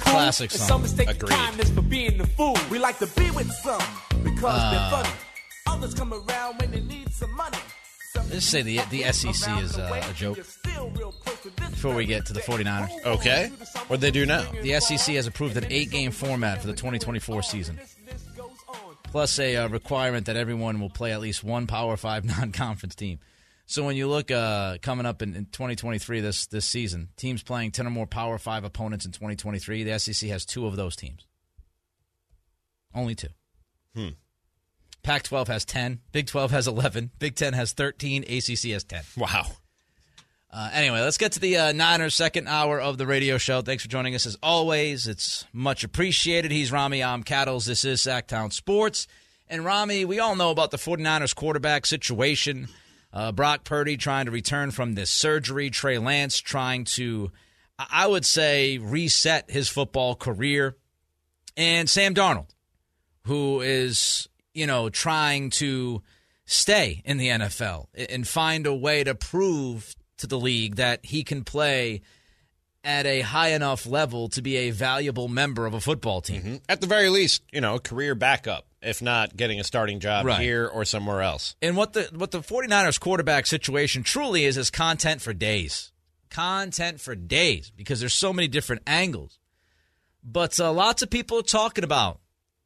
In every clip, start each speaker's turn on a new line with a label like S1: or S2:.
S1: classic song.
S2: Some mistake
S1: Agreed.
S2: kindness for being the fool. We like to be with some because
S1: Uh.
S2: they're funny. Others come around when they need some money. Some
S1: Let's say the- the SEC is, uh, a joke. Before we get to the 49ers.
S3: Okay. What'd they do now?
S1: The SEC has approved an eight game format for the 2024 season, plus a uh, requirement that everyone will play at least one Power Five non conference team. So when you look uh, coming up in, in 2023 this, this season, teams playing 10 or more Power Five opponents in 2023, the SEC has two of those teams. Only two.
S3: Hmm.
S1: Pac 12 has 10, Big 12 has 11, Big 10 has 13, ACC has 10.
S3: Wow.
S1: Uh, anyway, let's get to the uh, Niners second hour of the radio show. Thanks for joining us as always. It's much appreciated. He's Rami. I'm Cattles. This is Sacktown Sports. And Rami, we all know about the 49ers quarterback situation. Uh, Brock Purdy trying to return from this surgery. Trey Lance trying to, I I would say, reset his football career. And Sam Darnold, who is, you know, trying to stay in the NFL a- and find a way to prove to the league that he can play at a high enough level to be a valuable member of a football team.
S3: At the very least, you know, a career backup, if not getting a starting job
S1: Right.
S3: here or somewhere else.
S1: And what the what the 49ers quarterback situation truly is is content for days. Content for days because there's so many different angles. But uh, lots of people are talking about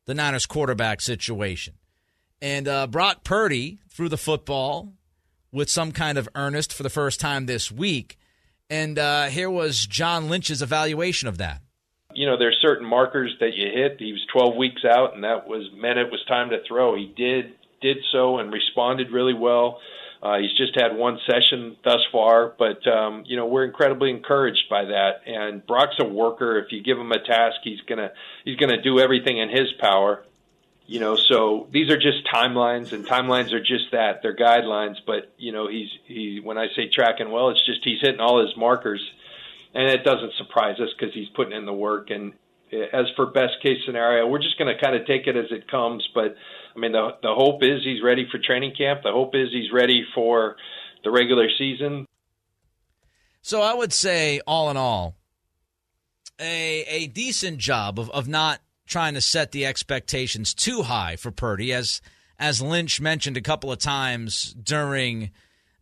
S1: the Niners quarterback situation. And uh, Brock Purdy threw the football with some kind of earnest for the first time this week. And uh, here was John Lynch's evaluation of that.
S4: you know, there's certain markers that you hit. He was 12 weeks out, and that was meant it was time to throw. He did did so and responded really well. Uh, he's just had one session thus far, but um, you know we're incredibly encouraged by that. And Brock's a worker. If you give him a task, he's gonna he's gonna do everything in his power. You know, so these are just timelines, and timelines are just that they're guidelines. But you know, he's he when I say tracking well, it's just he's hitting all his markers and it doesn't surprise us because he's putting in the work. And eh, as for best case scenario, we're just going to kind of take it as it comes. But I mean, the the hope is he's ready for training camp. The hope is he's ready for the regular season.
S1: So I would say, all in all, a a decent job of, of not trying to set the expectations too high for Purdy, as as Lynch mentioned a couple of times during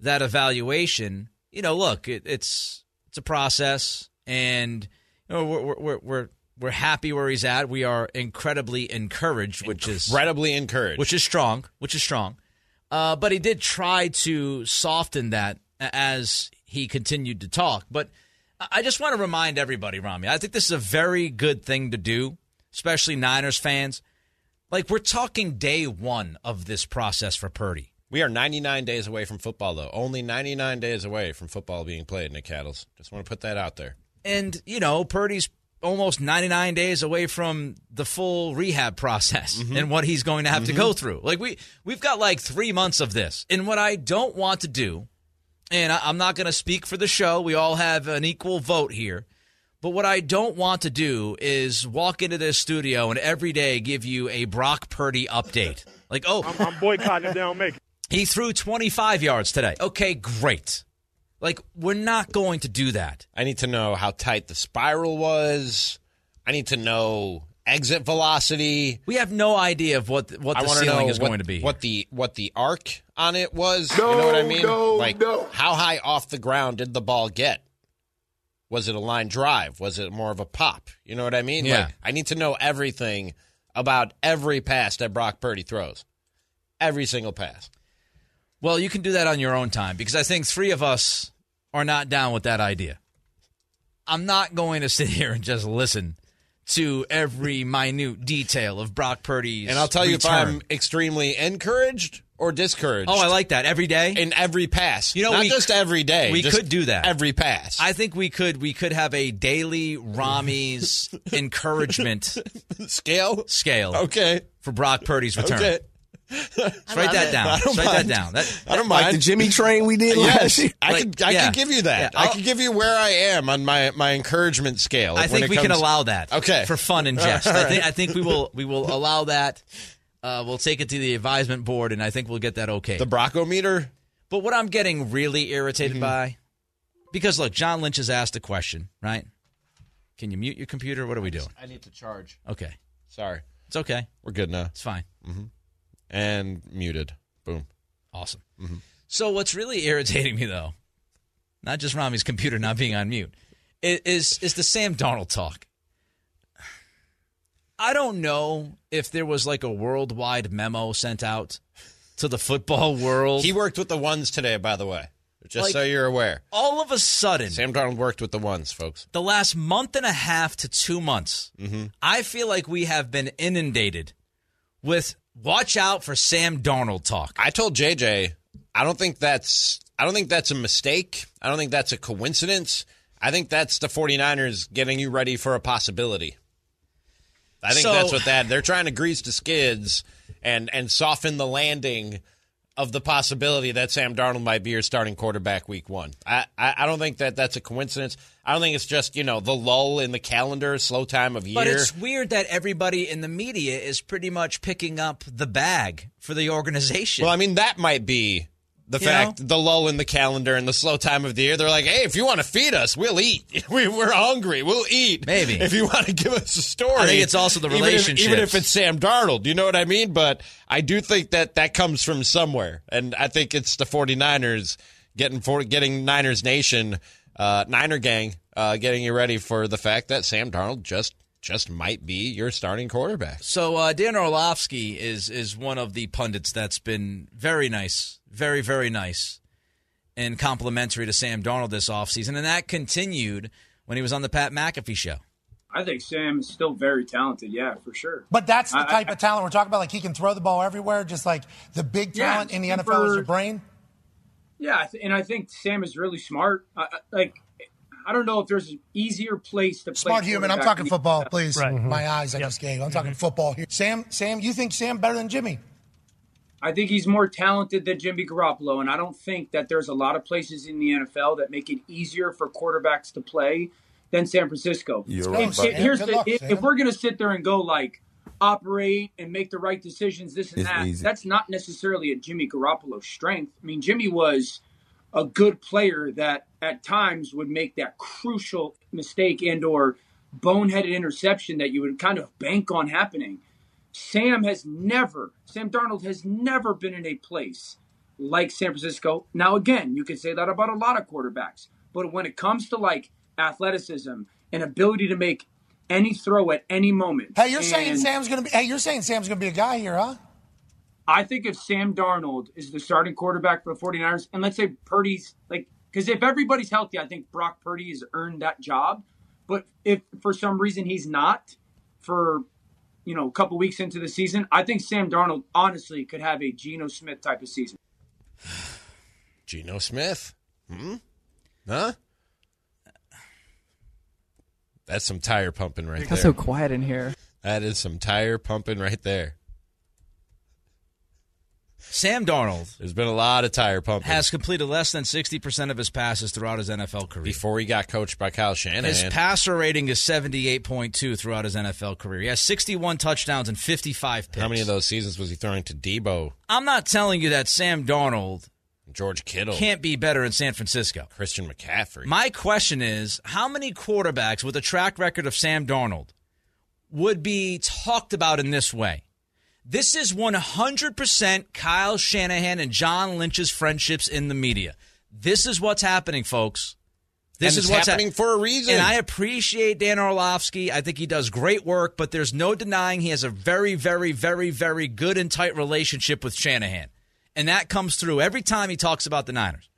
S1: that evaluation. You know, look, it, it's it's a process, and you know we're we're- we're we're we're happy where he's at. We are incredibly encouraged, which is
S3: Incredibly encouraged.
S1: which is strong, which is strong. Uh, but he did try to soften that a- as he continued to talk. But I- I just want to remind everybody, Rami, I think this is a very good thing to do, especially Niners fans. Like, we're talking day one of this process for Purdy.
S3: we are 99 days away from football, though. Only 99 days away from football being played, Nick Cattles. Just want to put that out there.
S1: And, you know, Purdy's almost 99 days away from the full rehab process and what he's going to have to go through. Like we we've got like 3 months of this. And what I don't want to do and I, I'm not going to speak for the show. We all have an equal vote here. But what I don't want to do is walk into this studio and every day give you a Brock Purdy update. Like, oh,
S5: I'm boycotting if they don't make it.
S1: he threw 25 yards today. Okay, great. Like, we're not going to do that.
S3: I need to know how tight the spiral was. I need to know exit velocity.
S1: We have no idea of what the, what
S3: I
S1: the
S3: want to
S1: ceiling
S3: know
S1: is
S3: what,
S1: going to be.
S3: what the what the arc on it was. you know what I mean? like how high off the ground did the ball get? Was it a line drive? Was it more of a pop? You know what I mean?
S1: Yeah.
S3: Like, I need to know everything about every pass that Brock Purdy throws. Every single pass.
S1: Well, you can do that on your own time because I think three of us are not down with that idea. I'm not going to sit here and just listen to every minute detail of Brock Purdy's.
S3: And I'll tell you
S1: return.
S3: if I'm extremely encouraged or discouraged.
S1: Oh, I like that every day.
S3: in every pass.
S1: You know,
S3: not
S1: we-
S3: just every day.
S1: we
S3: just
S1: could do that.
S3: every pass.
S1: I think we could we could have a daily Rami's encouragement
S3: scale.
S1: scale
S3: Okay.
S1: for Brock Purdy's return.
S3: Okay.
S1: Let's write that down. Let's write that down. That,
S3: I don't
S6: Like the
S3: mind.
S6: Jimmy train we did
S3: Yes,
S6: last year.
S3: I
S1: Like,
S3: could. I
S1: yeah.
S3: could give you that.
S1: Yeah,
S3: I
S1: I'll-
S3: could give you where I am on my my encouragement scale.
S1: I
S3: when
S1: think
S3: it
S1: we can
S3: comes-
S1: allow that.
S3: Okay.
S1: For fun and jest. I, think, I think we will we will allow that. Uh, we'll take it to the advisement board, and I think we'll get that okay.
S3: the Mm-hmm. Brocometer.
S1: but what I'm getting really irritated by, because look, John Lynch has asked a question, right? Can you mute your computer? What are we doing?
S3: I need to charge.
S1: Okay.
S3: Sorry.
S1: It's okay.
S3: We're good now.
S1: It's fine.
S3: And muted. Boom.
S1: Awesome.
S3: Mm-hmm.
S1: So what's really irritating me though, not just Rami's computer not being on mute, i- is is the Sam Donald talk. I don't know if there was like a worldwide memo sent out to the football world.
S3: He worked with the ones today, by the way. Just
S1: Like-
S3: so you're aware.
S1: All of a sudden,
S3: Sam Darnold worked with the ones, folks.
S1: the last month and a half to two months,
S3: Mm-hmm.
S1: I feel like we have been inundated with watch out for Sam Darnold talk.
S3: I told JJ, I don't think that's I don't think that's a mistake. I don't think that's a coincidence. I think that's the 49ers getting you ready for a possibility. I think
S1: So-
S3: that's what that they're trying to grease the skids and and soften the landing of the possibility that Sam Darnold might be your starting quarterback week one. I, I, I don't think that that's a coincidence. I don't think it's just, you know, the lull in the calendar, slow time of year.
S1: But it's weird that everybody in the media is pretty much picking up the bag for the organization.
S3: Well, I mean, that might be the
S1: You
S3: fact,
S1: know?
S3: the lull in the calendar and the slow time of the year. They're like, hey, if you want to feed us, we'll eat. We, we're hungry. We'll eat.
S1: Maybe.
S3: If you want to give us a story.
S1: I think it's also the
S3: even if- Even if,
S1: relationships.
S3: it's Sam Darnold, you know what I mean? But I do think that that comes from somewhere. And I think it's the 49ers getting, for, getting Niners Nation, uh, Niner Gang, uh, getting you ready for the fact that Sam Darnold just, just might be your starting quarterback.
S1: so uh, Dan Orlovsky is is one of the pundits that's been very nice, very very nice, and complimentary to Sam Darnold this offseason, and that continued when he was on the Pat McAfee show.
S6: I think Sam is still very talented. Yeah, for sure.
S7: But that's the
S6: I-
S7: type
S6: I-
S7: of talent we're talking about. Like he can throw the ball everywhere, just like the big
S6: Yeah,
S7: talent in the
S6: super-
S7: NFL is your brain.
S6: Yeah, I th- and I think Sam is really smart. I, I- like, I don't know if there's an easier place to play.
S7: Smart human. I'm
S6: quarterback
S7: talking
S6: than-
S7: football, please.
S5: Right. Mm-hmm. Mhm.
S7: My eyes, I just gave. I'm talking football here. Sam, Sam, you think Sam better than Jimmy?
S6: I think he's more talented than Jimmy Garoppolo, and I don't think that there's a lot of places in the NFL that make it easier for quarterbacks to play than San Francisco.
S8: You're
S7: right,
S6: If-
S7: buddy.
S6: here's
S7: Good
S6: the,
S7: luck,
S6: if,
S7: Sam.
S6: if we're gonna sit there and go like operate and make the right decisions, this and
S8: It's
S6: that,
S8: easy.
S6: that's not necessarily a Jimmy Garoppolo strength. I mean, Jimmy was a good player that at times would make that crucial mistake and or boneheaded interception that you would kind of bank on happening. Sam has never, Sam Darnold has never been in a place like San Francisco. Now, again, you could say that about a lot of quarterbacks, but when it comes to like athleticism and ability to make any throw at any moment,
S7: Hey, you're saying
S6: and
S7: Sam's gonna be. Hey, you're saying Sam's gonna be a guy here, huh?
S6: I think if Sam Darnold is the starting quarterback for the 49ers, and let's say Purdy's like, because if everybody's healthy, I think Brock Purdy has earned that job. But if for some reason he's not, for you know, a couple weeks into the season, I think Sam Darnold honestly could have a Geno Smith type of season.
S3: Geno Smith. Hmm? Huh? That's some tire pumping right there.
S9: It's so quiet in here.
S3: that is some tire pumping right there.
S1: Sam Darnold
S3: There's been a lot of tire pumping
S1: has completed less than 60% of his passes throughout his NFL career.
S3: before he got coached by Kyle
S1: His
S3: Shanahan.
S1: passer rating is 78.2 throughout his NFL career. He has 61 touchdowns and 55 picks.
S3: How many of those seasons was he throwing to Debo,
S1: I'm not telling you that Sam Darnold
S3: George Kittle,
S1: can't be better in San Francisco.
S3: Christian McCaffrey?
S1: My question is how many quarterbacks with a track record of Sam Darnold would be talked about in this way? This is 100% Kyle Shanahan and John Lynch's friendships in the media. This is what's happening, folks. This
S3: And
S1: is
S3: it's
S1: what's hap-
S3: happening for a reason.
S1: And I appreciate Dan Orlovsky. I think he does great work, but there's no denying he has a very, very, very, very good and tight relationship with Shanahan. And that comes through every time he talks about the Niners.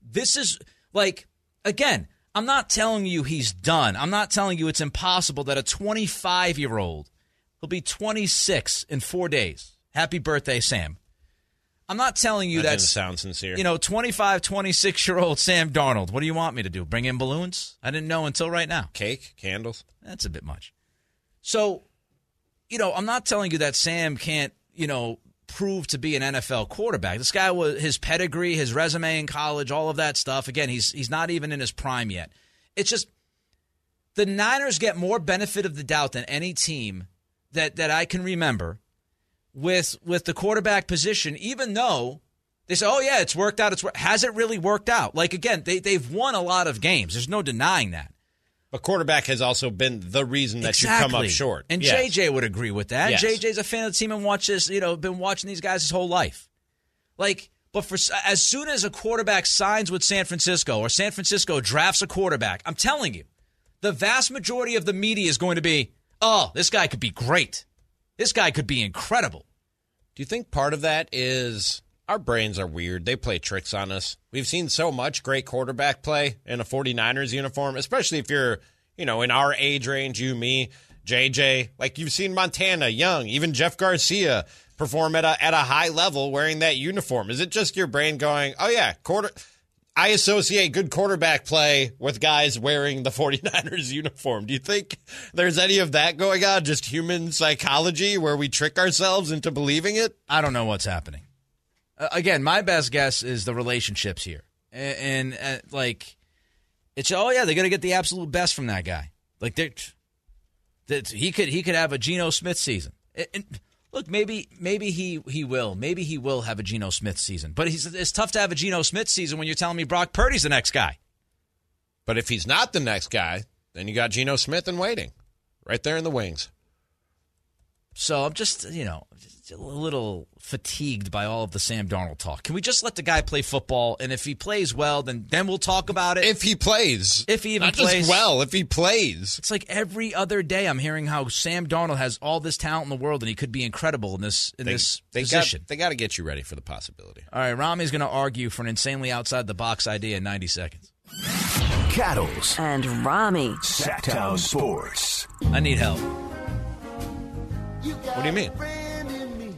S1: This is like, again, I'm not telling you he's done. I'm not telling you it's impossible that a 25 year old, he'll be 26 in four days. Happy birthday, Sam. I'm not telling you
S3: that didn't
S1: that's
S3: sound sincere.
S1: you know, 25, 26 year old Sam Darnold. What do you want me to do? Bring in balloons? I didn't know until right now.
S3: cake, candles.
S1: That's a bit much. So, you know, I'm not telling you that Sam can't, you know, prove to be an NFL quarterback. This guy was his pedigree, his resume in college, all of that stuff. Again, he's he's not even in his prime yet. It's just the Niners get more benefit of the doubt than any team that that I can remember with with the quarterback position, even though they say, "Oh yeah, it's worked out. It's wor-" has it really worked out?" Like again, they they've won a lot of games. There's no denying that.
S3: a quarterback has also been the reason that you come up short.
S1: And
S3: Yes.
S1: JJ would agree with that.
S3: Yes.
S1: JJ's a fan of the team and watches, you know, been watching these guys his whole life. Like, but for as soon as a quarterback signs with San Francisco or San Francisco drafts a quarterback, I'm telling you, the vast majority of the media is going to be, "Oh, this guy could be great. This guy could be incredible."
S3: Do you think part of that is our brains are weird? They play tricks on us. We've seen so much great quarterback play in a 49ers uniform, especially if you're, you know, in our age range, you, me, JJ. Like you've seen Montana, Young, even Jeff Garcia perform at a, at a high level wearing that uniform. Is it just your brain going, oh, yeah, quarter. I associate good quarterback play with guys wearing the 49ers uniform. Do you think there's any of that going on? Just human psychology where we trick ourselves into believing it?
S1: I don't know what's happening. Uh, again, my best guess is the relationships here, A- and, and uh, like, it's oh yeah, they're gonna get the absolute best from that guy. Like they're, that he could he could have a Geno Smith season. And, and look, maybe maybe he he will, maybe he will have a Geno Smith season. But he's, it's tough to have a Geno Smith season when you're telling me Brock Purdy's the next guy.
S3: But if he's not the next guy, then you got Geno Smith in waiting, right there in the wings.
S1: So I'm just you know just a little fatigued by all of the Sam Darnold talk. Can we just let the guy play football? And if he plays well, then then we'll talk about it.
S3: If he plays,
S1: If he even
S3: not
S1: plays.
S3: just well, if he plays,
S1: It's like every other day I'm hearing how Sam Darnold has all this talent in the world and he could be incredible in this in this
S3: they
S1: position.
S3: got they got to get you ready for the possibility.
S1: all right, Rami's going to argue for an insanely outside the box idea in 90 seconds.
S8: Cattles.
S9: and Rami.
S8: Sacktown Sports.
S1: I need help.
S3: What do you mean?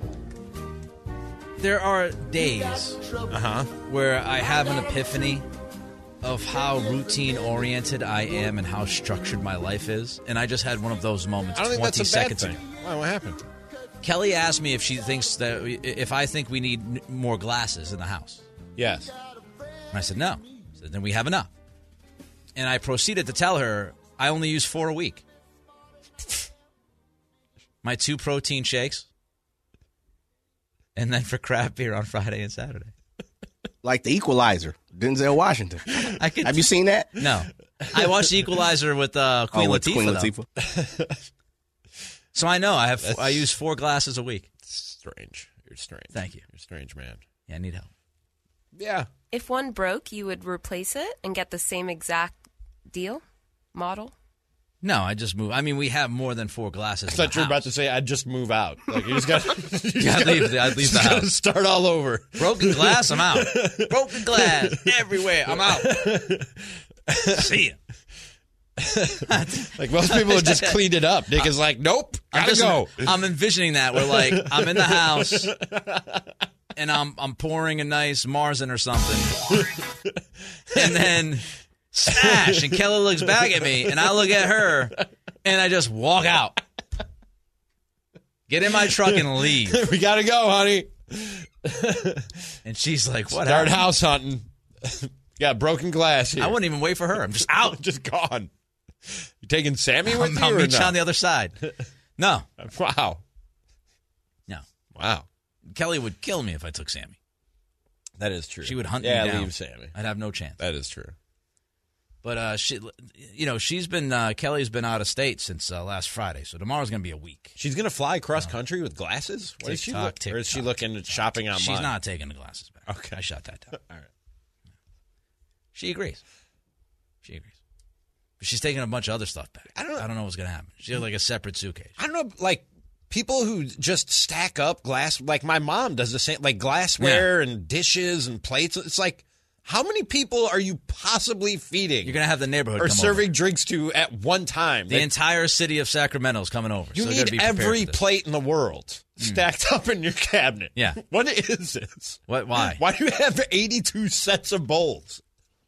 S1: There are days
S3: Uh-huh.
S1: where I have an epiphany of how routine oriented I am and how structured my life is, and I just had one of those moments
S3: I don't
S1: 20
S3: think that's a bad
S1: seconds
S3: thing.
S1: ago.
S3: Why? What happened?
S1: Kelly asked me if she thinks that if I think we need n- more glasses in the house.
S3: Yes.
S1: And I said, no. She said, then we have enough. And I proceeded to tell her I only use four a week. My two protein shakes. And then for craft beer on Friday and Saturday.
S10: Like the equalizer, Denzel Washington.
S1: I could
S10: Have you seen that?
S1: No. I watched The Equalizer with uh, Queen
S10: Oh, with
S1: Latifah.
S10: Queen
S1: though.
S10: Latifah.
S1: So I know I have
S3: That's-
S1: I use four glasses a week.
S3: Strange. You're strange.
S1: Thank you.
S3: You're a strange, man.
S1: Yeah, I need help.
S3: Yeah.
S11: If one broke, you would replace it and get the same exact deal, model.
S1: No, I just move. I mean, we have more than four glasses.
S3: I thought you were about to say I'd just move out. Like you just got
S1: Yeah, I'd leave the- I'd leave the house.
S3: Start all over.
S1: Broken glass, I'm out. Broken glass everywhere, I'm out. See ya.
S3: Like most people would just clean it up. Nick is like, nope,
S1: I'm
S3: gotta
S1: just-
S3: go.
S1: I'm envisioning that. We're like, I'm in the house, and I'm I'm pouring a nice Marzen or something, and then smash. And Kelly looks back at me, and I look at her, and I just walk out, get in my truck, and leave.
S3: we gotta go, honey.
S1: And she's like, "What?
S3: Start
S1: happened?
S3: house hunting. Got broken glass here.
S1: I wouldn't even wait for her. I'm just out."
S3: just gone. You taking Sammy with
S1: I'm,
S3: you
S1: I'll
S3: or
S1: meet you
S3: no?
S1: on the other side. No,
S3: Wow,
S1: no.
S3: wow,
S1: Kelly would kill me if I took Sammy.
S3: that is true.
S1: She would hunt
S3: yeah,
S1: me down.
S3: leave Sammy.
S1: I'd have no chance.
S3: That is true.
S1: But uh, she, you know, she's been uh, Kelly's been out of state since uh, last Friday, so tomorrow's gonna be a week.
S3: She's gonna fly cross country with glasses. What is she?
S1: TikTok,
S3: look- or is she
S1: TikTok,
S3: looking at shopping online?
S1: She's not taking the glasses back.
S3: Okay.
S1: I shot that down.
S3: All right.
S1: She agrees. She agrees. But she's taking a bunch of other stuff back.
S3: I don't-
S1: I don't know what's gonna happen. She has like a separate suitcase.
S3: I don't know, like people who just stack up glass. Like my mom does the same, like glassware and dishes and plates. It's like, how many people are you possibly feeding
S1: You're gonna have the neighborhood
S3: or
S1: come
S3: serving
S1: over.
S3: drinks to at one time?
S1: The
S3: That-
S1: entire city of Sacramento is coming over.
S3: you
S1: so you gotta
S3: need
S1: be prepared
S3: every
S1: for this. Hmm.
S3: plate in the world stacked up in your cabinet.
S1: Yeah.
S3: what is this?
S1: What? Why?
S3: Why do you have eighty-two sets of bowls?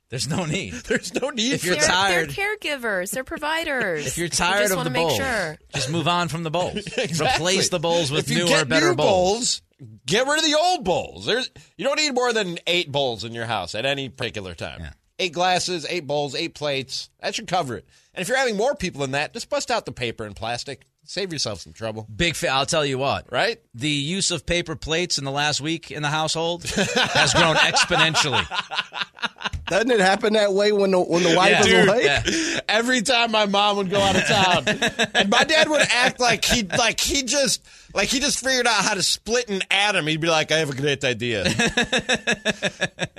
S1: There's no need.
S3: There's no need.
S1: If
S3: for
S1: you're
S11: They're,
S3: that.
S1: tired,
S11: they're caregivers. They're providers.
S1: if you're
S11: We
S1: tired
S11: just
S1: of
S11: want
S1: the
S11: to make
S1: bowls,
S11: sure.
S1: just move on from the bowls.
S3: Exactly.
S1: Replace the bowls with
S3: if you
S1: newer,
S3: get
S1: better
S3: new
S1: bowls.
S3: bowls. Get rid of the old bowls. There's you don't need more than eight bowls in your house at any particular time.
S1: Yeah.
S3: eight glasses, eight bowls, eight plates. That should cover it. And if you're having more people than that, just bust out the paper and plastic. Save yourself some trouble.
S1: Big fan. I'll tell you what.
S3: Right?
S1: The use of paper plates in the last week in the household has grown exponentially.
S10: Doesn't it happen that way when the when the wife
S1: Yeah.
S10: is
S1: Dude,
S10: awake?
S1: yeah.
S3: Every time my mom would go out of town, and my dad would act like he like he just like he just figured out how to split an atom. He'd be like, "I have a great idea."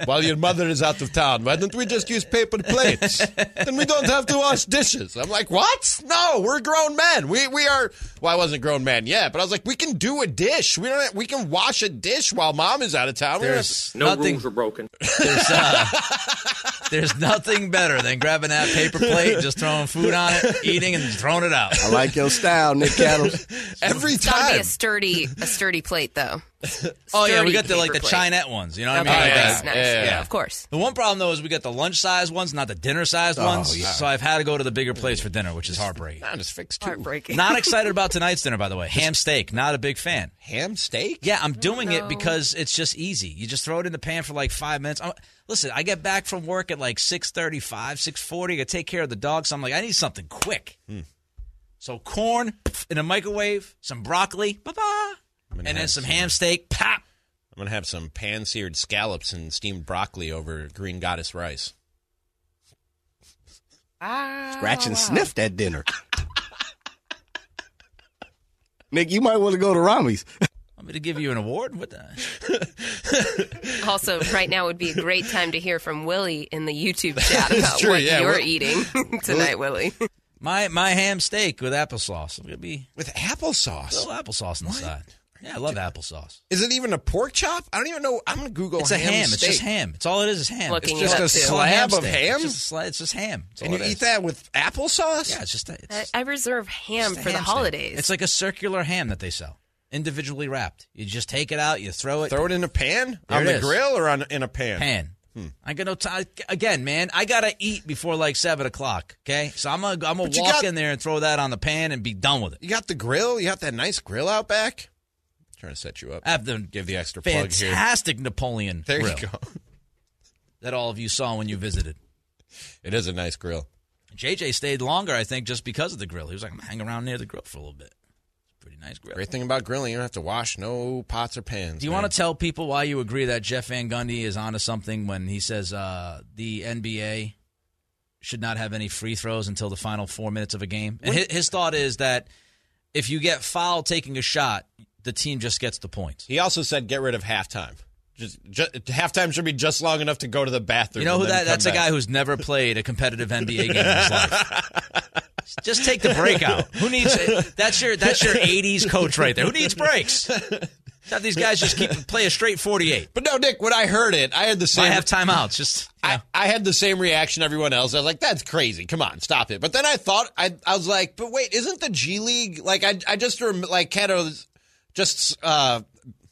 S3: While your mother is out of town, why don't we just use paper plates? Then we don't have to wash dishes. I'm like, "What? No, we're grown men. We we are." Well, I wasn't a grown man yet, but I was like, "We can do a dish. We don't. We can wash a dish while mom is out of town. We don't have to-
S1: There's nothing.
S2: rules are broken.
S1: There's, uh, there's nothing better than grabbing that paper plate, just throwing food on it, eating, and throwing it out.
S10: I like your style, Nick Cattles.
S3: every
S11: It's got to be
S3: time."
S11: a sturdy, a sturdy plate though.
S1: Oh yeah, we
S11: Sturdy
S1: got the like the
S11: paper plate.
S1: chinette ones. You know what
S11: Okay,
S1: I mean? Like
S3: yeah.
S11: nice,
S1: that.
S11: nice.
S3: yeah.
S11: Yeah. of course.
S1: The one problem though is we got the lunch size ones, not the dinner size ones.
S10: Oh, yeah.
S1: So I've had to go to the bigger plates for dinner, which is heartbreaking.
S3: I'm just fixed too.
S11: Heartbreaking.
S1: Not excited about tonight's dinner, by the way. Ham steak. Not a big fan.
S3: Ham steak.
S1: Yeah, I'm doing it
S11: know.
S1: because it's just easy. You just throw it in the pan for like five minutes. I'm, listen, I get back from work at like 6.35, 6.40. I gotta take care of the dog. So I'm like, I need something quick. So corn in a microwave, some broccoli, ba-ba, and then
S3: have
S1: some
S3: some-
S1: ham steak, pop.
S3: I'm gonna have some pan-seared scallops and steamed broccoli over green goddess rice.
S11: Ah,
S10: Scratch and sniff that dinner. Nick, you might want to go to Rami's.
S1: I'm going to give you an award. What the?
S11: Also, right now would be a great time to hear from Willie in the YouTube chat about
S3: true,
S11: what
S3: yeah,
S11: you're
S3: Will-
S11: eating tonight, Willie.
S1: My my ham steak with applesauce. I'm gonna be
S3: With
S1: a
S3: applesauce.
S1: little applesauce on the side. Yeah, I love applesauce.
S3: Is it even a pork chop? I don't even know. I'm gonna Google
S1: It's a
S3: Oh, ham.
S1: ham. It's
S3: steak.
S1: just ham. It's all it is is ham.
S11: Looking
S1: it's just
S11: it up,
S1: a
S11: too.
S1: slab
S3: Slab of ham?
S1: It's just, a sli- it's just ham. It's
S3: And
S1: all
S3: you
S1: it
S3: eat
S1: is.
S3: that with applesauce?
S1: Yeah, it's just a, it's,
S11: I, I reserve ham
S1: it's a
S11: for the
S1: ham steak.
S11: holidays.
S1: It's like a circular ham that they sell, individually wrapped. You just take it out, you throw it,
S3: Throw it in a pan
S1: There
S3: on
S1: it
S3: the
S1: is.
S3: grill or on in a pan.
S1: pan. I got no time again, man. I gotta eat before like seven o'clock. Okay, so I'm gonna I'm gonna
S3: But you
S1: walk
S3: got-
S1: in there and throw that on the pan and be done with it.
S3: You got the grill. You got that nice grill out back. trying to set you up.
S1: I have the
S3: Give the extra plug here.
S1: fantastic Napoleon
S3: There
S1: grill
S3: you go.
S1: that all of you saw when you visited.
S3: It is a nice grill.
S1: JJ stayed longer, I think, just because of the grill. He was like, I'm gonna hang around near the grill for a little bit. It's a pretty nice grill.
S3: Great thing about grilling, you don't have to wash no pots or pans.
S1: Do you want to tell people why you agree that Jeff Van Gundy is onto something when he says uh, the NBA should not have any free throws until the final four minutes of a game? And his, his thought is that if you get fouled taking a shot, the team just gets the points.
S3: He also said get rid of halftime. Just, just halftime should be just long enough to go to the bathroom.
S1: You know who
S3: and
S1: that?
S3: then come
S1: That's a
S3: back.
S1: guy who's never played a competitive NBA game in his life. Just take the break out. Who needs it? That's your that's your '80s coach right there. Who needs breaks? Have these guys just keep play a straight 48.
S3: But no, Nick, when I heard it, I had the same.
S1: I have timeouts. Just you
S3: I,
S1: know.
S3: I had the same reaction everyone else. I was like, "That's crazy! Come on, stop it!" But then I thought, I, I was like, "But wait, isn't the G League like I I just rem- like had a just uh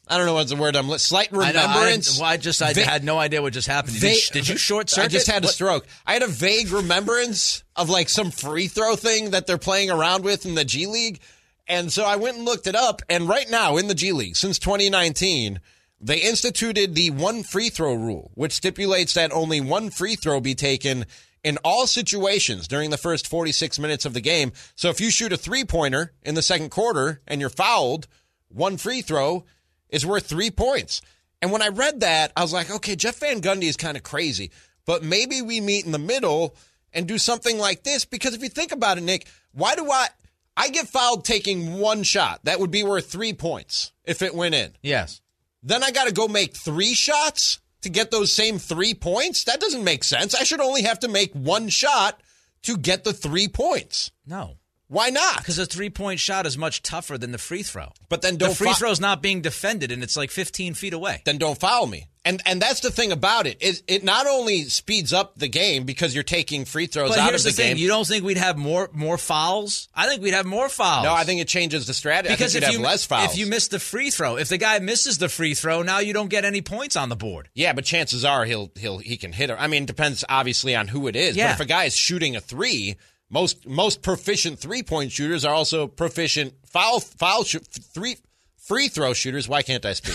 S3: I don't know what's the word I'm slight
S1: I know, I didn't-
S3: remembrance."
S1: well, I just I
S3: Va-
S1: had no idea what just happened. Did,
S3: va-
S1: you, sh- did you short circuit?
S3: I just had a
S1: What-
S3: stroke. I had a vague remembrance of like some free throw thing that they're playing around with in the G League. And so I went and looked it up. And right now in the G League, since 2019, they instituted the one free throw rule, which stipulates that only one free throw be taken in all situations during the first 46 minutes of the game. So if you shoot a three pointer in the second quarter and you're fouled, one free throw is worth three points. And when I read that, I was like, okay, Jeff Van Gundy is kind of crazy, but maybe we meet in the middle and do something like this. Because if you think about it, Nick, why do I I get fouled taking one shot? That would be worth three points if it went in.
S1: yes.
S3: Then I got to go make three shots to get those same three points. That doesn't make sense. I should only have to make one shot to get the three points.
S1: No,
S3: Why not?
S1: because a three point shot is much tougher than the free throw.
S3: But then
S1: the
S3: don't
S1: free
S3: fou-
S1: throw's not being defended, and it's like 15 feet away.
S3: then don't foul me. And and that's the thing about it is it not only speeds up the game because you're taking free throws
S1: But
S3: out
S1: here's
S3: of the,
S1: thing:
S3: game.
S1: you don't think we'd have more more fouls? I think we'd have more fouls.
S3: no, I think it changes the strategy.
S1: because
S3: I think
S1: if
S3: you'd
S1: you
S3: have less fouls.
S1: if you miss the free throw, if the guy misses the free throw, now you don't get any points on the board.
S3: yeah, but chances are he'll he'll he can hit her. I mean, it depends obviously on who it is.
S1: Yeah.
S3: But if a guy is shooting a three, most most proficient three point shooters are also proficient foul foul sh- three free throw shooters. Why can't I speak?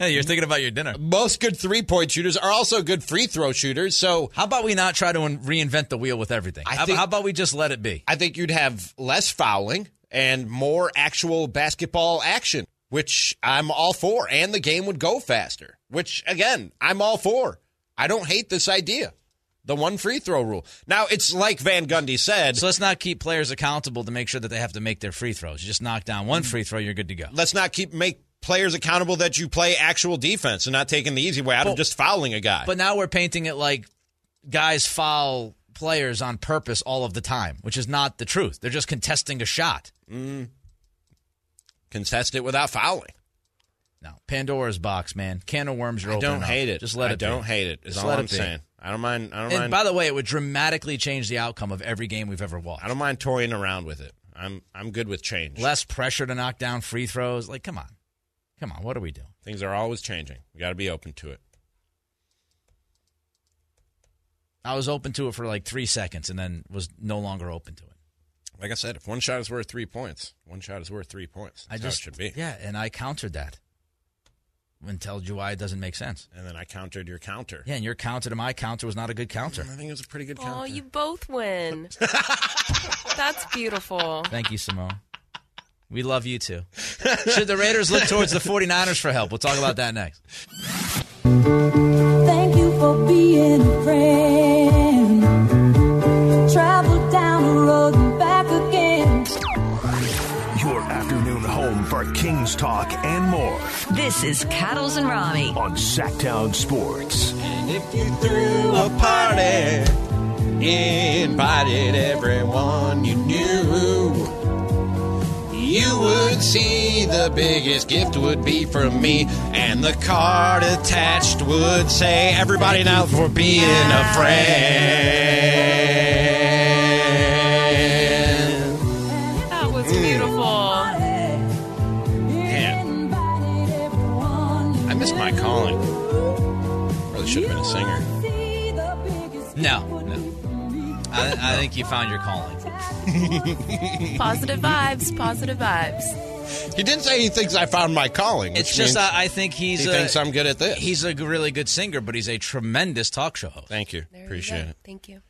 S1: You're thinking about your dinner.
S3: Most good three point shooters are also good free throw shooters. So
S1: How about we not try to in- reinvent the wheel with everything?
S3: I
S1: How-
S3: think-
S1: how about we just let it be?
S3: I think you'd have less fouling and more actual basketball action, which I'm all for. And the game would go faster, which again, I'm all for. I don't hate this idea. The one free throw rule. Now, it's like Van Gundy said.
S1: So let's not keep players accountable to make sure that they have to make their free throws. You just knock down
S3: Mm.
S1: one free throw, you're good to go.
S3: let's not keep make players accountable that you play actual defense and not taking the easy way out of
S1: But-
S3: just fouling a guy.
S1: But now we're painting it like guys foul players on purpose all of the time, which is not the truth. They're just contesting a shot.
S3: contest it without fouling.
S1: No, Pandora's box, man. Can of worms. You're
S3: I don't
S1: opening up.
S3: hate it.
S1: Just let
S3: I
S1: it.
S3: don't
S1: be.
S3: hate it. Is
S1: Just
S3: all
S1: let
S3: I'm
S1: it be.
S3: saying. I don't mind. I don't
S1: And
S3: mind.
S1: by the way, it would dramatically change the outcome of every game we've ever watched.
S3: I don't mind toying around with it. I'm I'm good with change.
S1: Less pressure to knock down free throws. Like, come on, come on. What are we doing?
S3: Things are always changing. We got to be open to it.
S1: I was open to it for like three seconds, and then was no longer open to it.
S3: Like I said, if one shot is worth three points, one shot is worth three points.
S1: I
S3: That's
S1: just
S3: how it should be.
S1: Yeah, and I countered that until July it doesn't make sense.
S3: And then I countered your counter.
S1: Yeah, and your counter to my counter was not a good counter.
S3: I think it was a pretty good
S11: Oh,
S3: counter.
S11: you both win. That's beautiful.
S1: Thank you, Simone. We love you too. Should the Raiders look towards the 49ers for help? We'll talk about that next.
S9: Thank you for being a friend. Travel down the road and back again.
S8: Your afternoon home for Kings Talk and more
S12: This is Cattles and Rami.
S8: on Sacktown Sports.
S3: If you threw a party, invited everyone you knew, you would see the biggest gift would be from me, and the card attached would say, Everybody now for being a friend.
S11: That was beautiful.
S3: Man, I miss my calling. Really should have been a singer.
S1: No, no. I, I think you found your calling.
S11: Positive vibes, positive vibes.
S3: He didn't say he thinks I found my calling. which
S1: It's just uh,
S3: means
S1: I, I think he's
S3: he
S1: a,
S3: thinks I'm good at this.
S1: he's a g- really good singer, but he's a tremendous talk show host.
S3: Thank you.
S11: There you
S3: Appreciate
S11: go.
S3: it.
S11: Thank you.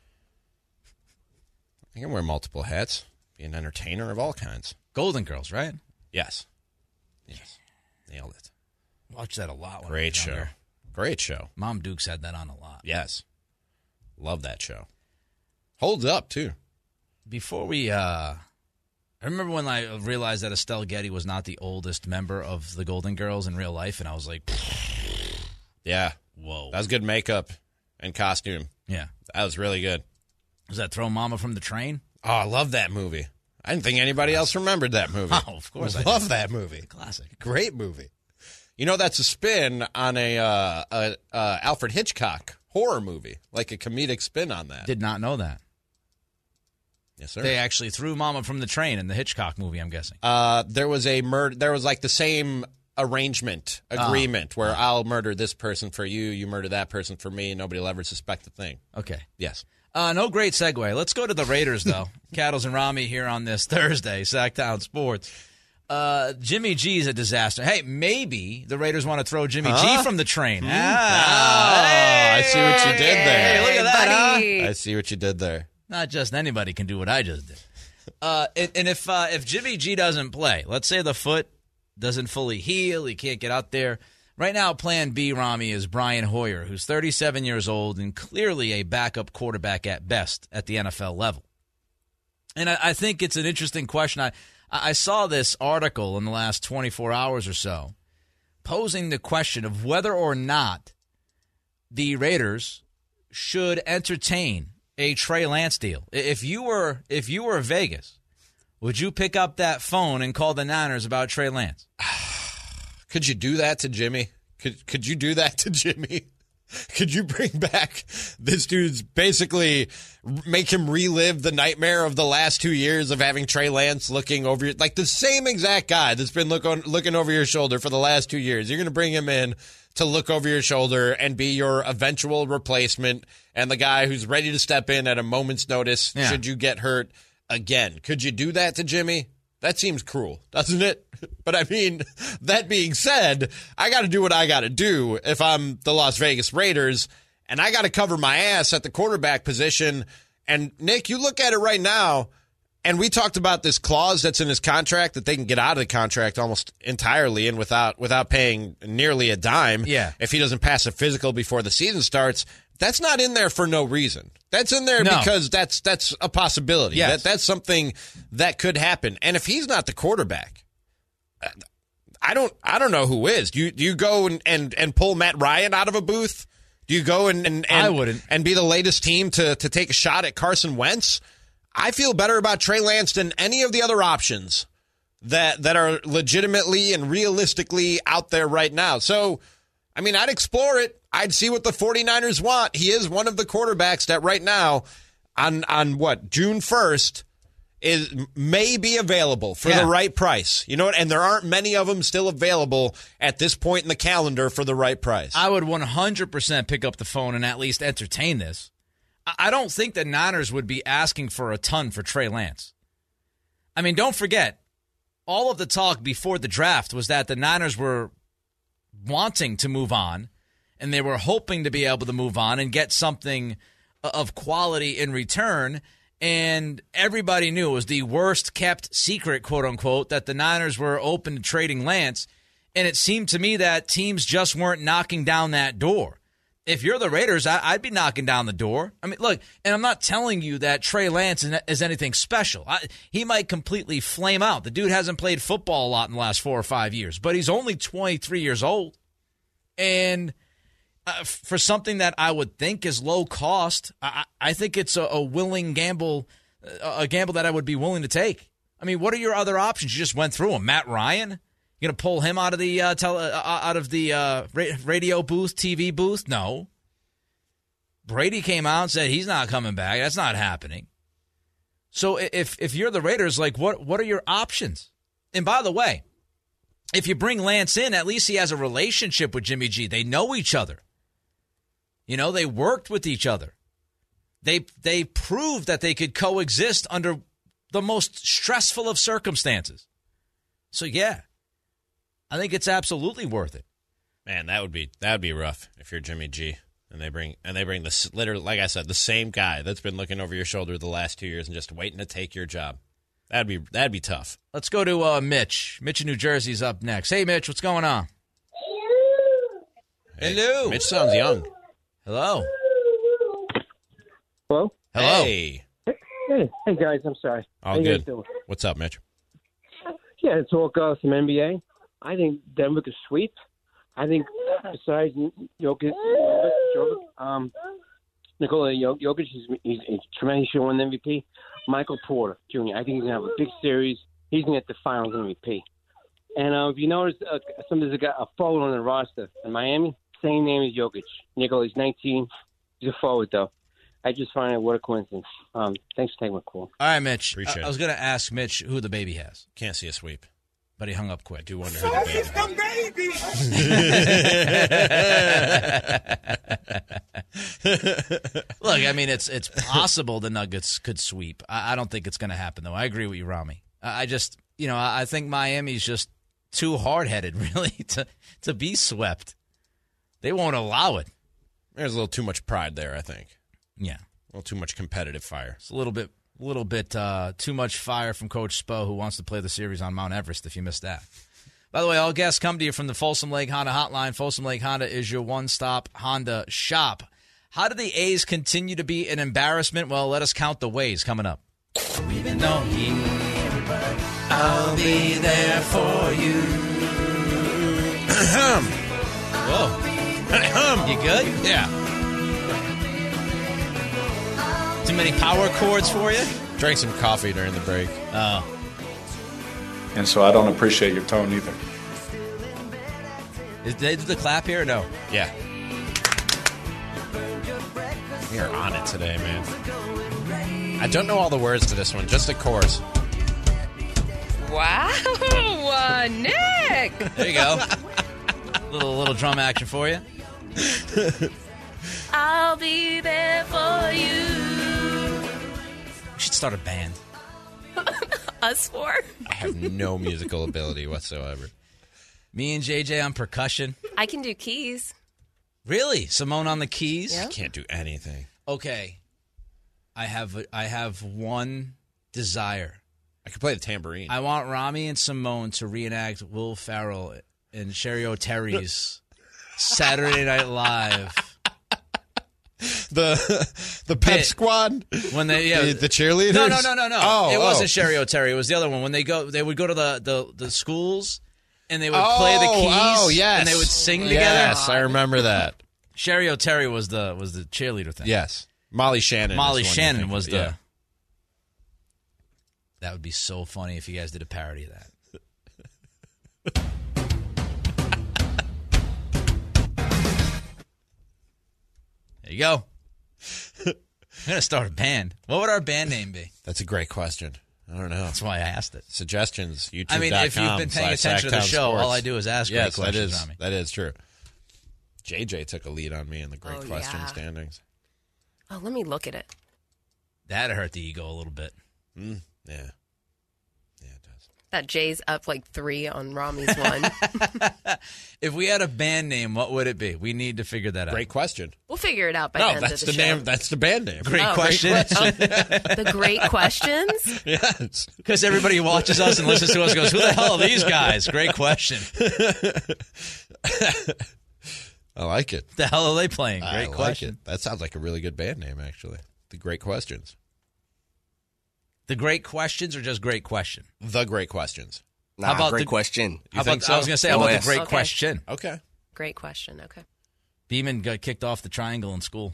S3: I can wear multiple hats, be an entertainer of all kinds.
S1: Golden Girls, right?
S3: Yes. Yes. Nailed it.
S1: Watch that a lot. When I
S3: Great
S1: was
S3: show.
S1: younger.
S3: Great show.
S1: Mom Dukes had that on a lot.
S3: Yes. Love that show. Holds up, too.
S1: Before we, uh, I remember when I realized that Estelle Getty was not the oldest member of the Golden Girls in real life, and I was like,
S3: Yeah.
S1: whoa,
S3: That was good makeup and costume.
S1: yeah.
S3: That was really good.
S1: Was that Throw Mama from the Train?
S3: Oh, I love that movie. I didn't think anybody else remembered that movie.
S1: Oh, of course I
S3: Love that movie.
S1: Classic.
S3: Great movie. You know, that's a spin on a, uh, a uh, Alfred Hitchcock horror movie, like a comedic spin on that.
S1: Did not know that.
S3: yes, sir.
S1: They actually threw Mama from the Train in the Hitchcock movie, I'm guessing.
S3: uh, there was a murder. There was like the same arrangement
S1: Ah.
S3: agreement where I'll murder this person for you, you murder that person for me, and nobody will ever suspect a thing.
S1: Okay.
S3: Yes,
S1: Uh, no great segue. Let's go to the Raiders, though. Cattles and Rami here on this Thursday, Sacktown Sports. Uh, Jimmy G's a disaster. Hey, maybe the Raiders want to throw Jimmy G from the train. Ah,
S3: Oh, I see what you did there.
S1: Hey, look at that. huh?
S11: buddy.
S3: I see what you did there.
S1: Not just anybody can do what I just did. Uh, and, and if uh, if Jimmy G doesn't play, let's say the foot doesn't fully heal, he can't get out there. Right now, Plan B, Rami, is Brian Hoyer, who's 37 years old and clearly a backup quarterback at best at the NFL level. And I, I think it's an interesting question. I I saw this article in the last 24 hours or so, posing the question of whether or not the Raiders should entertain a Trey Lance deal. I- If you were if you were Vegas, would you pick up that phone and call the Niners about Trey Lance?
S3: Could you do that to Jimmy? Could could you do that to Jimmy? Could you bring back this dude's basically make him relive the nightmare of the last two years of having Trey Lance looking over your, like the same exact guy that's been look on, looking over your shoulder for the last two years? You're going to bring him in to look over your shoulder and be your eventual replacement and the guy who's ready to step in at a moment's notice
S1: Yeah.
S3: should you get hurt again. Could you do that to Jimmy? That seems cruel, doesn't it? But I mean, that being said, I got to do what I got to do if I'm the Las Vegas Raiders, and I got to cover my ass at the quarterback position. And Nick, you look at it right now, and we talked about this clause that's in his contract that they can get out of the contract almost entirely and without without paying nearly a dime.
S1: Yeah.
S3: If he doesn't pass a physical before the season starts, that's not in there for no reason. That's in there
S1: No.
S3: because that's that's a possibility.
S1: Yes.
S3: That that's something that could happen. And if he's not the quarterback, I don't I don't know who is. Do you do you go and, and, and pull Matt Ryan out of a booth? Do you go and, and, and
S1: I wouldn't.
S3: and be the latest team to to take a shot at Carson Wentz? I feel better about Trey Lance than any of the other options that that are legitimately and realistically out there right now. So I mean, I'd explore it. I'd see what the 49ers want. He is one of the quarterbacks that right now on on what, June 1st is may be available for
S1: Yeah.
S3: the right price. You know what? And there aren't many of them still available at this point in the calendar for the right price.
S1: I would 100% pick up the phone and at least entertain this. I- I don't think the Niners would be asking for a ton for Trey Lance. I mean, don't forget, all of the talk before the draft was that the Niners were wanting to move on and they were hoping to be able to move on and get something o- of quality in return. And everybody knew it was the worst kept secret, quote unquote, that the Niners were open to trading Lance. And it seemed to me that teams just weren't knocking down that door. If you're the Raiders, I, I'd be knocking down the door. I mean, look, and I'm not telling you that Trey Lance is, is anything special. I, he might completely flame out. The dude hasn't played football a lot in the last four or five years, but he's only 23 years old. And uh, f- for something that I would think is low cost, I, I I think it's a, a willing gamble, uh, a gamble that I would be willing to take. I mean, what are your other options? You just went through them. Matt Ryan, you gonna pull him out of the uh, tele, uh, out of the uh, ra- radio booth, TV booth? No. Brady came out and said he's not coming back. That's not happening. So i- if if you're the Raiders, like what what are your options? And by the way, if you bring Lance in, at least he has a relationship with Jimmy G. They know each other. You know, they worked with each other. They they proved that they could coexist under the most stressful of circumstances. So yeah, I think it's absolutely worth it.
S3: Man, that would be that would be rough if you're Jimmy G and they bring and they bring this literally like I said the same guy that's been looking over your shoulder the last 2 years and just waiting to take your job. That'd be that'd be tough.
S1: Let's go to uh, Mitch. Mitch in New Jersey's up next. Hey, Mitch, what's going on? Hello.
S3: Mitch sounds young.
S1: Hello.
S13: Hello.
S3: Hello. Hey.
S13: Hey, hey guys, I'm sorry.
S3: All
S13: How you guys
S3: good.
S13: doing?
S3: What's up, Mitch?
S13: Yeah, to talk uh, some NBA. I think Denver could sweep. I think besides Jokic, Jokic um, Nikola Jok- Jokic, he's, he's, he's tremendous. He should win the MVP. Michael Porter Jr. I think he's gonna have a big series. He's gonna get the Finals MVP. And uh, if you notice, uh, somebody's got a forward on the roster in Miami. Same name as Jokic. Nikola, he's 19. He's a forward though. I just find it what a coincidence. Um, thanks for taking my call.
S1: All right, Mitch.
S13: Appreciate
S1: I,
S13: it.
S1: I was going to ask Mitch who the baby has.
S3: Can't see a sweep.
S1: But he hung up quick. I do
S3: wonder
S1: Look, I mean, it's it's possible the Nuggets could sweep. I, I don't think it's going to happen, though. I agree with you, Rami. I, I just, you know, I, I think Miami's just too hard headed, really, to to be swept. They won't allow it.
S3: There's a little too much pride there, I think.
S1: Yeah.
S3: A little too much competitive fire.
S1: It's a little bit, little bit uh, too much fire from Coach Spo, who wants to play the series on Mount Everest. If you missed that, by the way, all guests come to you from the Folsom Lake Honda Hotline. Folsom Lake Honda is your one-stop Honda shop. How do the A's continue to be an embarrassment? Well, let us count the ways coming up.
S9: I'll be there for you.
S1: Whoa, you good? Yeah. Too many power chords for you?
S3: Drank some coffee during the break.
S1: Oh.
S14: And so I don't appreciate your tone either.
S1: Is, did they do the clap here or no?
S3: Yeah. We are on it today, man. I don't know all the words to this one, just the chorus.
S11: Wow, uh, Nick.
S1: There you go. little little drum action for you.
S11: I'll be there for you.
S1: We should start a band.
S11: us for?
S3: I have no musical ability whatsoever.
S1: Me and JJ on percussion.
S11: I can do keys.
S1: Really? Simone on the keys?
S3: I can't do anything.
S1: Okay. I have I have one desire.
S3: I could play the tambourine.
S1: I want Rami and Simone to reenact Will Farrell and Sherry O'Terry's Saturday Night Live.
S3: The the pep
S1: Bit.
S3: squad
S1: When they yeah,
S3: the, the cheerleaders.
S1: No, no, no, no, no.
S3: Oh,
S1: it
S3: oh.
S1: wasn't Sherry O'Terry. It was the other one. When they go, they would go to the the, the schools and they would play the
S3: Oh,
S1: keys.
S3: Oh, yes.
S1: and they would sing together.
S3: Yes, I remember that.
S1: Sherry O'Terry was the was the cheerleader thing.
S3: Yes, Molly Shannon.
S1: Molly
S3: is the one
S1: Shannon
S3: you're thinking
S1: was
S3: of.
S1: the-
S3: Yeah.
S1: That would be so funny if you guys did a parody of that. there you go. I'm gonna start a band. What would our band name be?
S3: That's a great question. I don't know. That's
S1: why I asked it.
S3: Suggestions. YouTube.
S1: I mean, if you've been paying attention to the show, all I do is ask great
S3: yes,
S1: questions,
S3: That is,
S1: Rami.
S3: that is true. JJ took a lead on me in the great
S11: Oh,
S3: question
S11: yeah.
S3: standings.
S11: Oh, let me look at it.
S1: That hurt the ego a little bit.
S3: Mm, yeah.
S11: That Jay's up like three on Rami's one.
S1: If we had a band name, what would it be? We need to figure that out.
S3: Great question.
S11: We'll figure it out by the
S3: No,
S11: end
S3: that's
S11: of the,
S3: the,
S11: show.
S3: name. That's the band name.
S1: Great
S11: Oh.
S1: question.
S11: the great questions.
S3: yes.
S1: Because everybody who watches us and listens to us goes, "Who the hell are these guys?" Great question.
S3: I like it.
S1: The hell are they playing? Great
S3: I like
S1: question.
S3: it. That sounds like a really good band name, actually. The Great Questions.
S1: The great questions or just great question?
S3: The Great Questions.
S1: Nah, How about great the-
S15: question.
S1: How about,
S3: think so?
S1: I was going to say, how about
S15: Oh, yes.
S1: the great
S11: Okay.
S1: question?
S3: Okay.
S11: Great question. Okay.
S1: Beeman got kicked off the triangle in school.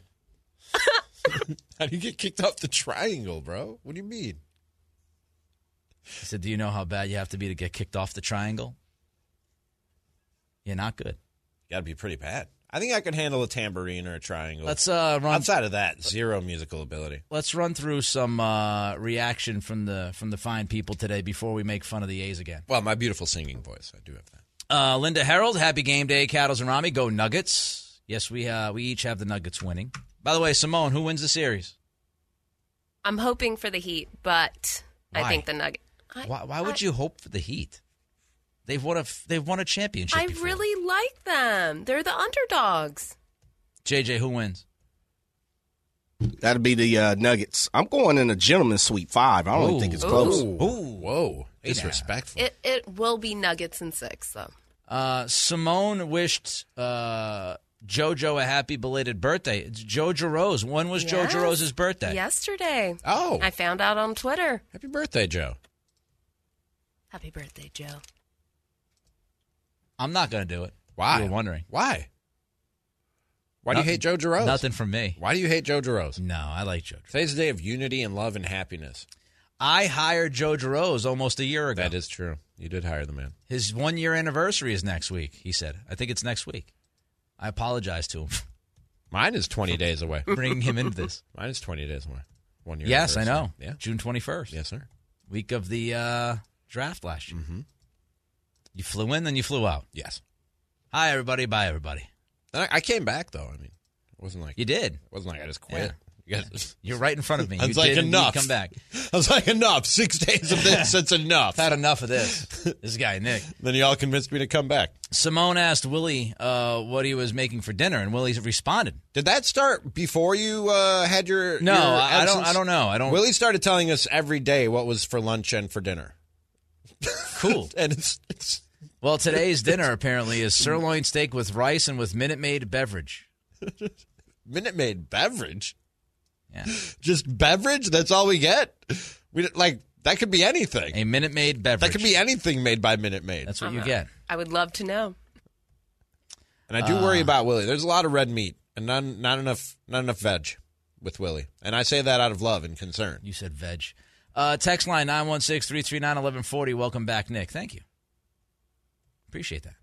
S3: How do you get kicked off the triangle, bro? What do you mean?
S1: He said, Do you know how bad you have to be to get kicked off the triangle? You're not good.
S3: Got to be pretty bad. I think I could handle a tambourine or a triangle.
S1: Let's uh, run.
S3: Outside of that, zero musical ability.
S1: Let's run through some uh, reaction from the from the fine people today before we make fun of the A's again.
S3: Well, my beautiful singing voice. I do have that.
S1: Uh, Linda Harold, happy game day, Cattles and Rami, go Nuggets. Yes, we uh, we each have the Nuggets winning. By the way, Simone, who wins the series?
S11: I'm hoping for the Heat, but I
S1: Why?
S11: think the Nugget. I,
S1: Why, why would
S11: I-
S1: you hope for the Heat? They've won a f- they've won a championship.
S11: I
S1: before.
S11: really like them. They're the underdogs.
S1: JJ, who wins?
S15: That'd be the uh, Nuggets. I'm going in a gentleman's sweep five. I don't even think it's
S11: Ooh.
S15: close.
S11: Ooh.
S3: whoa. Disrespectful.
S11: It it will be Nuggets in six though.
S1: Uh, Simone wished uh, JoJo a happy belated birthday. It's JoJo Rose. When was
S11: Yes.
S1: JoJo Rose's birthday?
S11: Yesterday.
S3: Oh.
S11: I found out on Twitter.
S3: Happy birthday, Joe.
S11: Happy birthday, Joe.
S1: I'm not going to do it.
S3: Why?
S1: You were wondering.
S3: Why? Why do you hate Joe Rose?
S1: Nothing from me.
S3: Why do you hate Joe Rose?
S1: No, I like JoJo.
S3: Today's the day of unity and love and happiness.
S1: I hired JoJo Rose almost a year ago.
S3: That is true. You did hire the man.
S1: His one year anniversary is next week, he said. I think it's next week. I apologize to him for
S3: Mine is 20 days away.
S1: bringing him into this.
S3: Mine is 20 days away. One year.
S1: yes, I know.
S3: anniversary. Yeah.
S1: June 21st,
S3: Yes, sir.
S1: week of the uh, draft last year. Mm-hmm. You flew in, then you flew out.
S3: Yes.
S1: Hi, everybody. Bye, everybody.
S3: And I, I came back, though. I mean, it wasn't like,
S1: You did.
S3: it wasn't like I just quit. You guys-
S1: You're right in front of me.
S3: I
S1: You
S3: was like,
S1: did indeed
S3: enough.
S1: Come back.
S3: I was like, enough. Six days of this. It's enough.
S1: I've had enough of this. This guy, Nick.
S3: Then y'all convinced me to come back.
S1: Simone asked Willie uh, what he was making for dinner, and Willie responded.
S3: Did that start before you uh, had your?
S1: No,
S3: your
S1: I- I don't-
S3: absence?
S1: I don't know. I don't-
S3: Willie started telling us every day what was for lunch and for dinner,
S1: Cool.
S3: and it's, it's
S1: well, today's dinner apparently is sirloin steak with rice and with Minute Maid beverage.
S3: Minute Maid beverage.
S1: Yeah.
S3: Just beverage. That's all we get. We don't- like that could be anything.
S1: A Minute Maid beverage.
S3: That could be anything made by Minute Maid.
S1: That's what you get.
S11: I would love to know.
S3: and I do worry
S1: Ah.
S3: about Willie. There's a lot of red meat and none, not enough, not enough veg with Willie. And I say that out of love and concern.
S1: You said veg. Uh, text line 916 339 1140. Welcome back, Nick. Thank you. Appreciate that.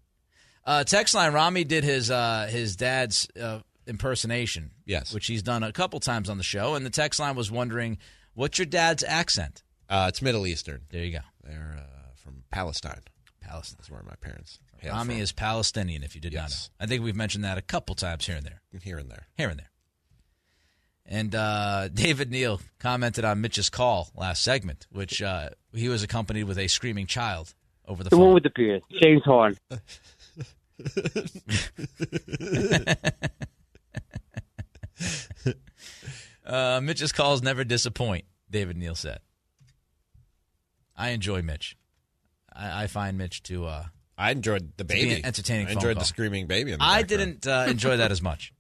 S1: Uh, text line Rami did his uh, his dad's uh, impersonation.
S3: Yes.
S1: Which he's done a couple times on the show. And the text line was wondering, what's your dad's accent?
S3: Uh, it's Middle Eastern.
S1: There you go.
S3: They're uh, from Palestine.
S1: Palestine.
S3: That's where my parents. hail
S1: Rami
S3: from.
S1: is Palestinian, if you did
S3: Yes.
S1: not know. I think we've mentioned that a couple times here and there.
S3: here and there.
S1: Here and there. And uh, David Neal commented on Mitch's call last segment, which uh, he was accompanied with a screaming child over the
S13: The
S1: phone.
S13: one with the beard, James Horn.
S1: uh, Mitch's calls never disappoint, David Neal said. I enjoy Mitch. I, I find Mitch to. Uh,
S3: I enjoyed the baby.
S1: entertaining.
S3: I
S1: phone
S3: enjoyed
S1: call.
S3: the screaming baby. In the
S1: I
S3: background.
S1: didn't uh, enjoy that as much.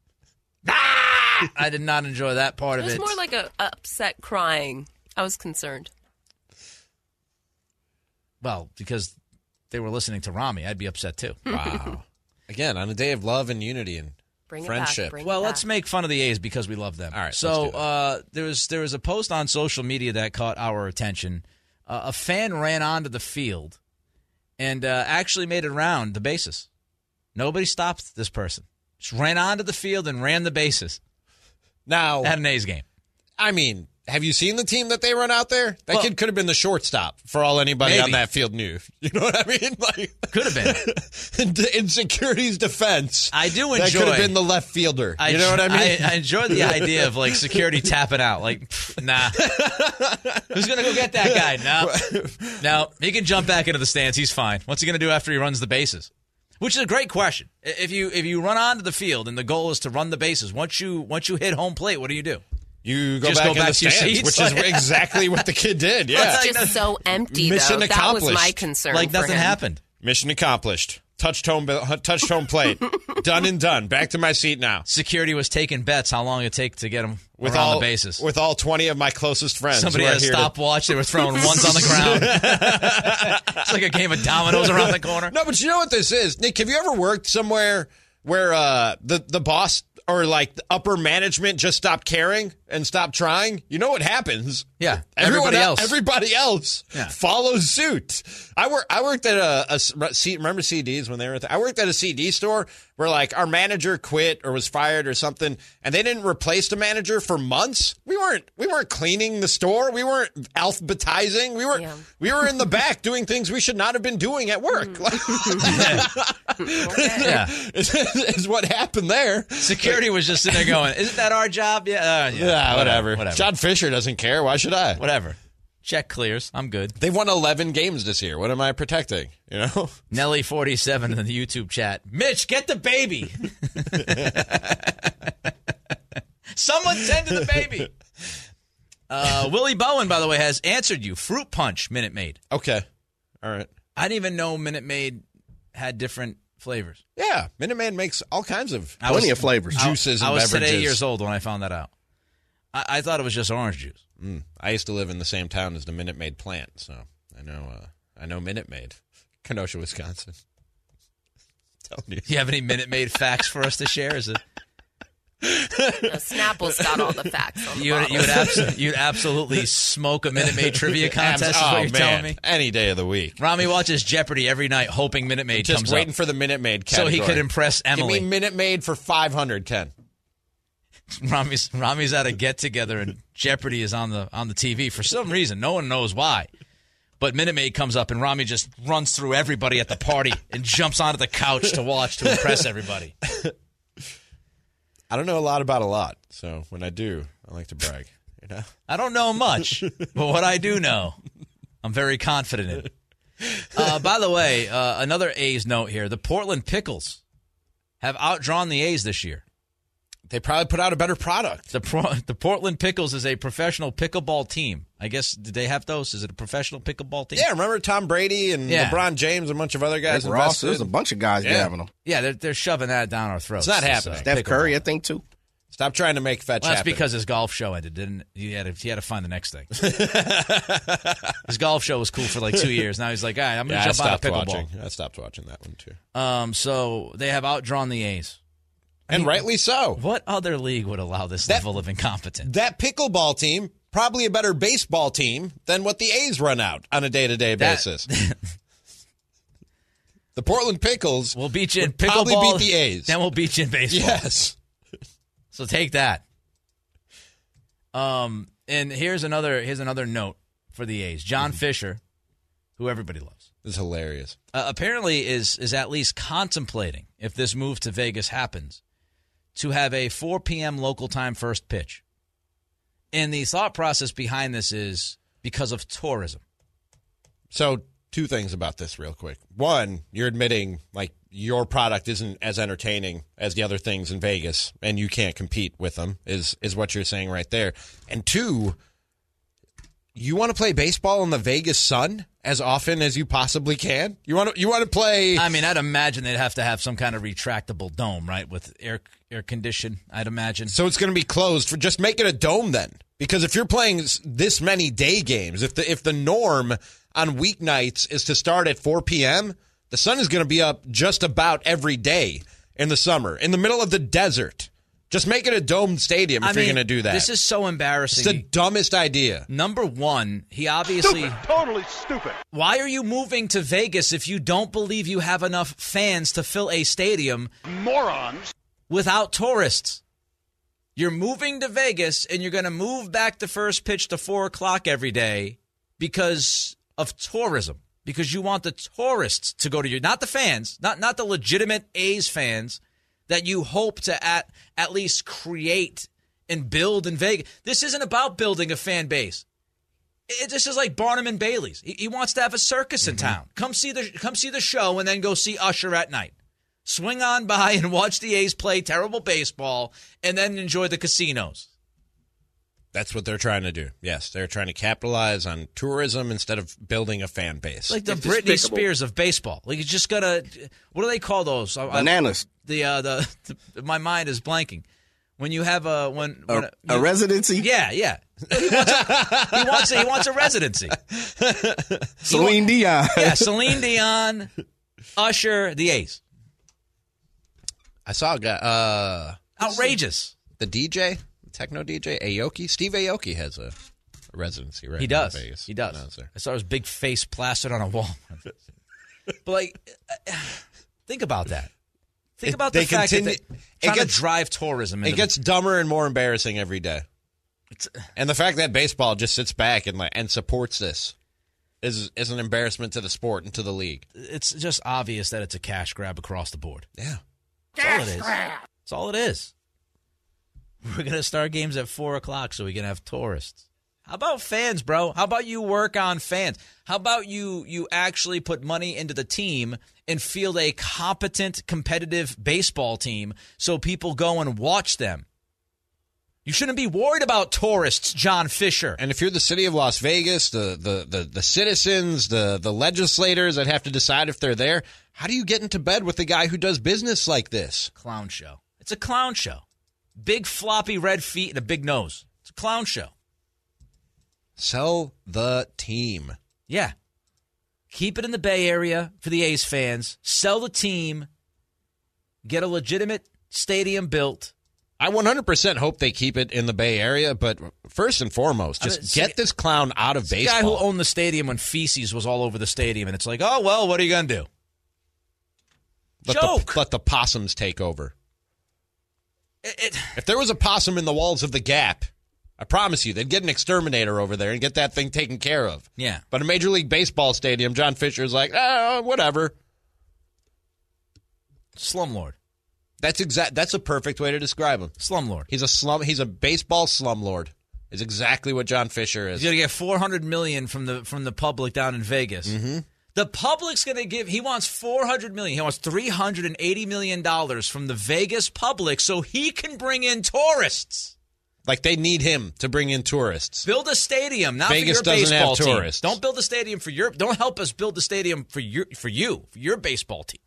S1: I did not enjoy that part
S11: It
S1: of
S11: was
S1: it.
S11: more like a upset crying. I was concerned.
S1: well, because they were listening to Rami, I'd be upset too.
S11: Wow.
S1: Again, on a day of love and unity and
S11: Bring it back,
S1: friendship.
S11: bring it
S1: well,
S11: back.
S1: let's make fun of the A's because we love them. All right. So uh, there was there was a post on social media that caught our attention. Uh, a fan ran onto the field and uh, actually made it around the bases. Nobody stopped this person. Just ran onto the field and ran the bases.
S3: Now
S1: at an A's game.
S3: I mean, have you seen the team that they run out there? That kid could have been the shortstop for all anybody on
S1: Maybe.
S3: that field knew. You know what I mean? Like
S1: could have
S3: been. in, in security's defense, I
S1: do
S3: That could
S1: enjoy-
S3: have been the left fielder.
S1: I
S3: you know what I mean?
S1: I, I enjoy the idea of like security tapping out. Like, pff, nah, who's gonna go get that guy? No, no, he can jump back into the stands. He's fine. What's he gonna do after he runs the bases? Which is a great question. I- If you if you run onto the field and the goal is to run the bases, once you once you hit home plate, what do you do?
S3: You
S11: go
S1: Just
S3: back
S1: go
S3: in
S1: back
S3: the
S1: to your
S3: stands,
S1: seats?
S3: which is
S1: Like-
S3: exactly what the kid did. Yeah,
S11: It's just so empty,
S3: Mission
S11: though. That was
S3: accomplished.
S11: my concern. for him.
S3: Mission accomplished. Touched home. uh, Touched home plate. done and done. Back to my seat now.
S1: Security was taking bets how long it take to get him
S3: With
S1: around
S3: all
S1: the bases.
S3: With all twenty of my closest friends.
S1: Somebody
S3: who are
S1: had a
S3: here to-
S1: stopwatch. They were throwing ones on the ground. it's like a game of dominoes around the corner.
S3: No, but you know what this is, Nick? Have you ever worked somewhere where uh, the the boss or like the upper management just stopped caring and stopped trying? You know what happens?
S1: Yeah,
S3: Everyone
S1: everybody
S3: el-
S1: else.
S3: everybody else follows suit. I work. I worked at a, a s- re- C- remember CDs when they were. a thing? I worked at a CD store where like our manager quit or was fired or something, and they didn't replace the manager for months. We weren't. We weren't cleaning the store. We weren't alphabetizing. We were. We were in the back doing things we should not have been doing at work.
S1: Yeah.
S3: is, is what happened there.
S1: Security was just sitting there going, "Isn't that our job?" Yeah, uh, yeah,
S3: Yeah, whatever.
S1: whatever.
S3: John Fisher doesn't care. Why should I?
S1: Whatever. Check clears. I'm good.
S3: They've won 11 games this year. What am I protecting? You know?
S1: Nelly 47 in the YouTube chat. Mitch, get the baby. Someone send to the baby. Uh, Willie Bowen, by the way, has answered you. Fruit punch, Minute Maid.
S3: Okay. All right.
S1: I didn't even know Minute Maid had different flavors.
S3: Yeah. Minute Man makes all kinds of
S1: I was- I-
S3: juices and
S1: I was
S3: beverages.
S1: today years old when I found that out. I, I thought it was just orange juice.
S3: Mm. I used to live in the same town as the Minute Maid plant, so I know uh, I know Minute Maid, Kenosha, Wisconsin. Telling
S1: Do you have any Minute Maid facts for us to share? Is it
S11: No, Snapple's got all the facts. On the
S1: you would,
S11: bottle.
S1: you would abs- you'd absolutely smoke a Minute Maid trivia contest? is
S3: oh
S1: what you're
S3: man,
S1: telling me?
S3: any day of the week.
S1: Rami watches Jeopardy every night, hoping Minute Maid
S3: Just
S1: comes
S3: waiting
S1: up.
S3: for the Minute Maid
S1: So
S3: category.
S1: he could impress Emily.
S3: Give me Minute Maid for 500, Ken.
S1: Rami's Rami's at a get together, and Jeopardy is on the on the TV for some reason. No one knows why. But Minute Maid comes up, and Rami just runs through everybody at the party and jumps onto the couch to watch to impress everybody.
S3: I don't know a lot about a lot, so when I do, I like to brag. You know,
S1: I don't know much, but what I do know, I'm very confident in. Uh, by the way, uh, another A's note here: the Portland Pickles have outdrawn the A's this year.
S3: They probably put out a better product.
S1: The pro- the Portland Pickles is a professional pickleball team. I guess did they have those? Is it a professional pickleball team?
S3: yeah. Remember Tom Brady and
S1: Yeah.
S3: LeBron James, and a bunch of other guys.
S1: Rick Ross,
S3: invested?
S1: there's a bunch of guys
S3: yeah.
S1: dabbing 'em. Yeah, they're, they're shoving that down our throats.
S3: It's not happening.
S1: That's
S3: Steph Curry,
S15: I think too.
S3: Stop trying to make fetch
S1: Well, that's
S3: happen.
S1: because his golf show ended, didn't it? he? Had to, he had to find the next thing. his golf show was cool for like two years. Now he's like, all right, I'm gonna
S3: Yeah, I
S1: jump on a
S3: stopped
S1: pickleball.
S3: watching. I stopped watching that one too.
S1: Um, so they have outdrawn the A's,
S3: And rightly so.
S1: What other league would allow this level of incompetence?
S3: That pickleball team probably a better baseball team than what the A's run out on a day to day
S1: That-
S3: basis. the Portland Pickles
S1: will beat you in
S3: Probably
S1: pickleball,
S3: beat the A's.
S1: Then we'll beat you in baseball.
S3: Yes.
S1: So take that. Um, and here's another here's another note for the A's. John
S3: Mm-hmm.
S1: Fisher, who everybody loves,
S3: is hilarious.
S1: uh, apparently is is at least contemplating if this move to Vegas happens to have a 4 p.m. local time first pitch. And the thought process behind this is because of tourism.
S3: So, two things about this, real quick. One, you're admitting like your product isn't as entertaining as the other things in Vegas, and you can't compete with them. Is is what you're saying right there? And two, you want to play baseball in the Vegas sun as often as you possibly can. You want to you want to play.
S1: I mean, I'd imagine they'd have to have some kind of retractable dome, right, with air air condition. I'd imagine.
S3: So it's going to be closed for just make it a dome then, because if you're playing s- this many day games, if the if the norm on weeknights is to start at 4 p.m., the sun is going to be up just about every day in the summer, in the middle of the desert. Just make it a domed stadium if
S1: I
S3: you're
S1: mean,
S3: going to do that.
S1: This is so
S3: it's
S1: embarrassing.
S3: the dumbest idea.
S1: Number one, he obviously
S16: totally stupid.
S1: Why are you moving to Vegas if you don't believe you have enough fans to fill a stadium?
S16: Morons.
S1: Without tourists. You're moving to Vegas and you're going to move back the first pitch to four o'clock every day because of tourism. Because you want the tourists to go to your, not the fans, not not the legitimate A's fans that you hope to at at least create and build in Vegas. This isn't about building a fan base. It, this is like Barnum and Bailey's. He, he wants to have a circus in town. Come see the come see the show, and then go see Usher at night. Swing on by and watch the A's play terrible baseball, and then enjoy the casinos.
S3: That's what they're trying to do. Yes, they're trying to capitalize on tourism instead of building a fan
S1: It's
S3: base.
S1: like the Britney Spears of baseball. Like you just gotta. What do they call those? I- I-
S15: Bananas.
S1: the uh, the, my mind is blanking. When you have a when, when
S15: A, a residency?
S1: Yeah, yeah. he wants a, he wants a residency.
S15: Celine Dion.
S1: Yeah, Celine Dion, Usher, the A's.
S3: I saw a guy. Uh,
S1: Outrageous.
S3: The DJ, techno DJ, Aoki. Steve Aoki has a, a residency right
S1: He
S3: now in
S1: does.
S3: Vegas.
S1: He does.
S3: Announcer.
S1: I saw his big face plastered on a wall. but like, think about that. Think
S3: It-
S1: about
S3: they
S1: the fact
S3: continue-
S1: that they-
S3: it
S1: trying
S3: gets-
S1: to drive tourism.
S3: It
S1: into-
S3: gets dumber and more embarrassing every day.
S1: uh,
S3: and the fact that baseball just sits back and like, and supports this is is an embarrassment to the sport and to the league.
S1: It's just obvious that it's a cash grab across the board.
S3: Yeah.
S1: That's all it is. That's all it is. We're gonna start games at four o'clock so we can have tourists. How about fans, bro? How about you work on fans? How about you you actually put money into the team and field a competent, competitive baseball team so people go and watch them? You shouldn't be worried about tourists, John Fisher.
S3: And if you're the city of Las Vegas, the the the, the citizens, the the legislators that have to decide if they're there, how do you get into bed with a guy who does business like this?
S1: Clown show. It's a clown show. Big floppy red feet and a big nose. It's a clown show.
S3: Sell the team.
S1: Yeah. Keep it in the Bay Area for the A's fans. Sell the team. Get a legitimate stadium built.
S3: I 100% hope they keep it in the Bay Area, but first and foremost,
S1: I
S3: just
S1: mean, it's
S3: get this clown out of
S1: The guy who
S3: baseball.
S1: owned the stadium when feces was all over the stadium, and it's like, oh, well, what are you going to do?
S3: let, the, let the possums take over. if there was a possum in the walls of the Gap, I promise you, they'd get an exterminator over there and get that thing taken care of.
S1: Yeah.
S3: But a Major League Baseball stadium, John Fisher's like, oh, whatever.
S1: Slumlord.
S3: That's exact. That's a perfect way to describe him.
S1: Slumlord.
S3: He's a slum. He's a baseball slumlord. Is exactly what John Fisher
S1: He's
S3: is.
S1: going to get 400 million from the from the public down in Vegas. Mm-hmm. The public's going to give he wants 400 million. He wants 380 million dollars from the Vegas public so he can bring in tourists.
S3: Like they need him to bring in tourists.
S1: Build a stadium, not
S3: Vegas
S1: for your
S3: doesn't have
S1: baseball team.
S3: tourists.
S1: Don't build a stadium for your. Don't help us build a stadium for your for you for your baseball team.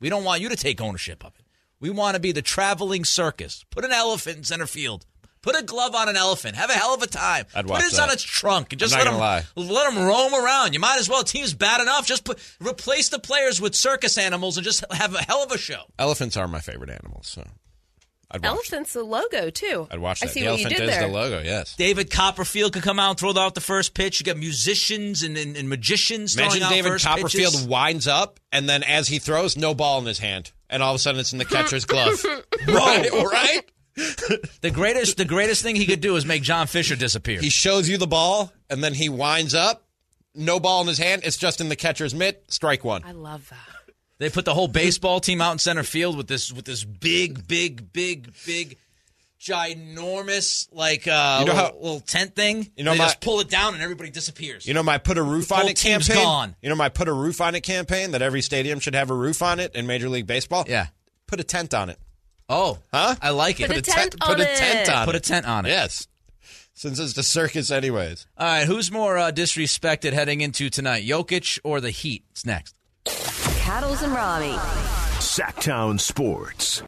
S1: We don't want you to take ownership of it. We want to be the traveling circus. Put an elephant in center field. Put a glove on an elephant. Have a hell of a time.
S3: I'd
S1: put
S3: watch
S1: it
S3: that.
S1: on its trunk and just
S3: I'm
S1: let
S3: not
S1: them let them roam around. You might as well. Team's bad enough. Just put, replace the players with circus animals and just have a hell of a show.
S3: Elephants are my favorite animals. So I'd watch.
S11: Elephant's the logo, too.
S3: I'd watch that.
S11: I see
S3: the
S11: what you
S3: elephant
S11: did
S3: is
S11: there.
S3: the logo. Yes.
S1: David Copperfield could come out and throw out the first pitch. You got musicians and, and, and magicians. throwing
S3: Imagine
S1: out
S3: David
S1: first
S3: Copperfield
S1: pitches.
S3: winds up, and then as he throws, no ball in his hand, and all of a sudden it's in the catcher's glove. right, right.
S1: The greatest, the greatest thing he could do is make John Fisher disappear.
S3: He shows you the ball, and then he winds up, no ball in his hand. It's just in the catcher's mitt. Strike one.
S11: I love that.
S1: They put the whole baseball team out in center field with this with this big, big, big, big ginormous like uh,
S3: You know how-
S1: little, little tent thing.
S3: You know
S1: they
S3: my-
S1: just pull it down and everybody disappears.
S3: You know my put a roof
S1: The
S3: on
S1: whole
S3: it
S1: team's
S3: campaign.
S1: gone.
S3: You know my put a roof on it campaign that every stadium should have a roof on it in Major League Baseball.
S1: Yeah,
S3: put a tent on it.
S1: Oh,
S3: huh?
S1: I like it. Put a tent
S3: put
S1: on
S3: a tent
S1: it.
S3: on
S1: Put
S3: it.
S1: a tent on it.
S3: Yes, since it's the circus, anyways.
S1: All right, who's more uh, disrespected heading into tonight, Jokic or the Heat? It's next.
S12: Cattles and Rami.
S8: Sacktown Sports.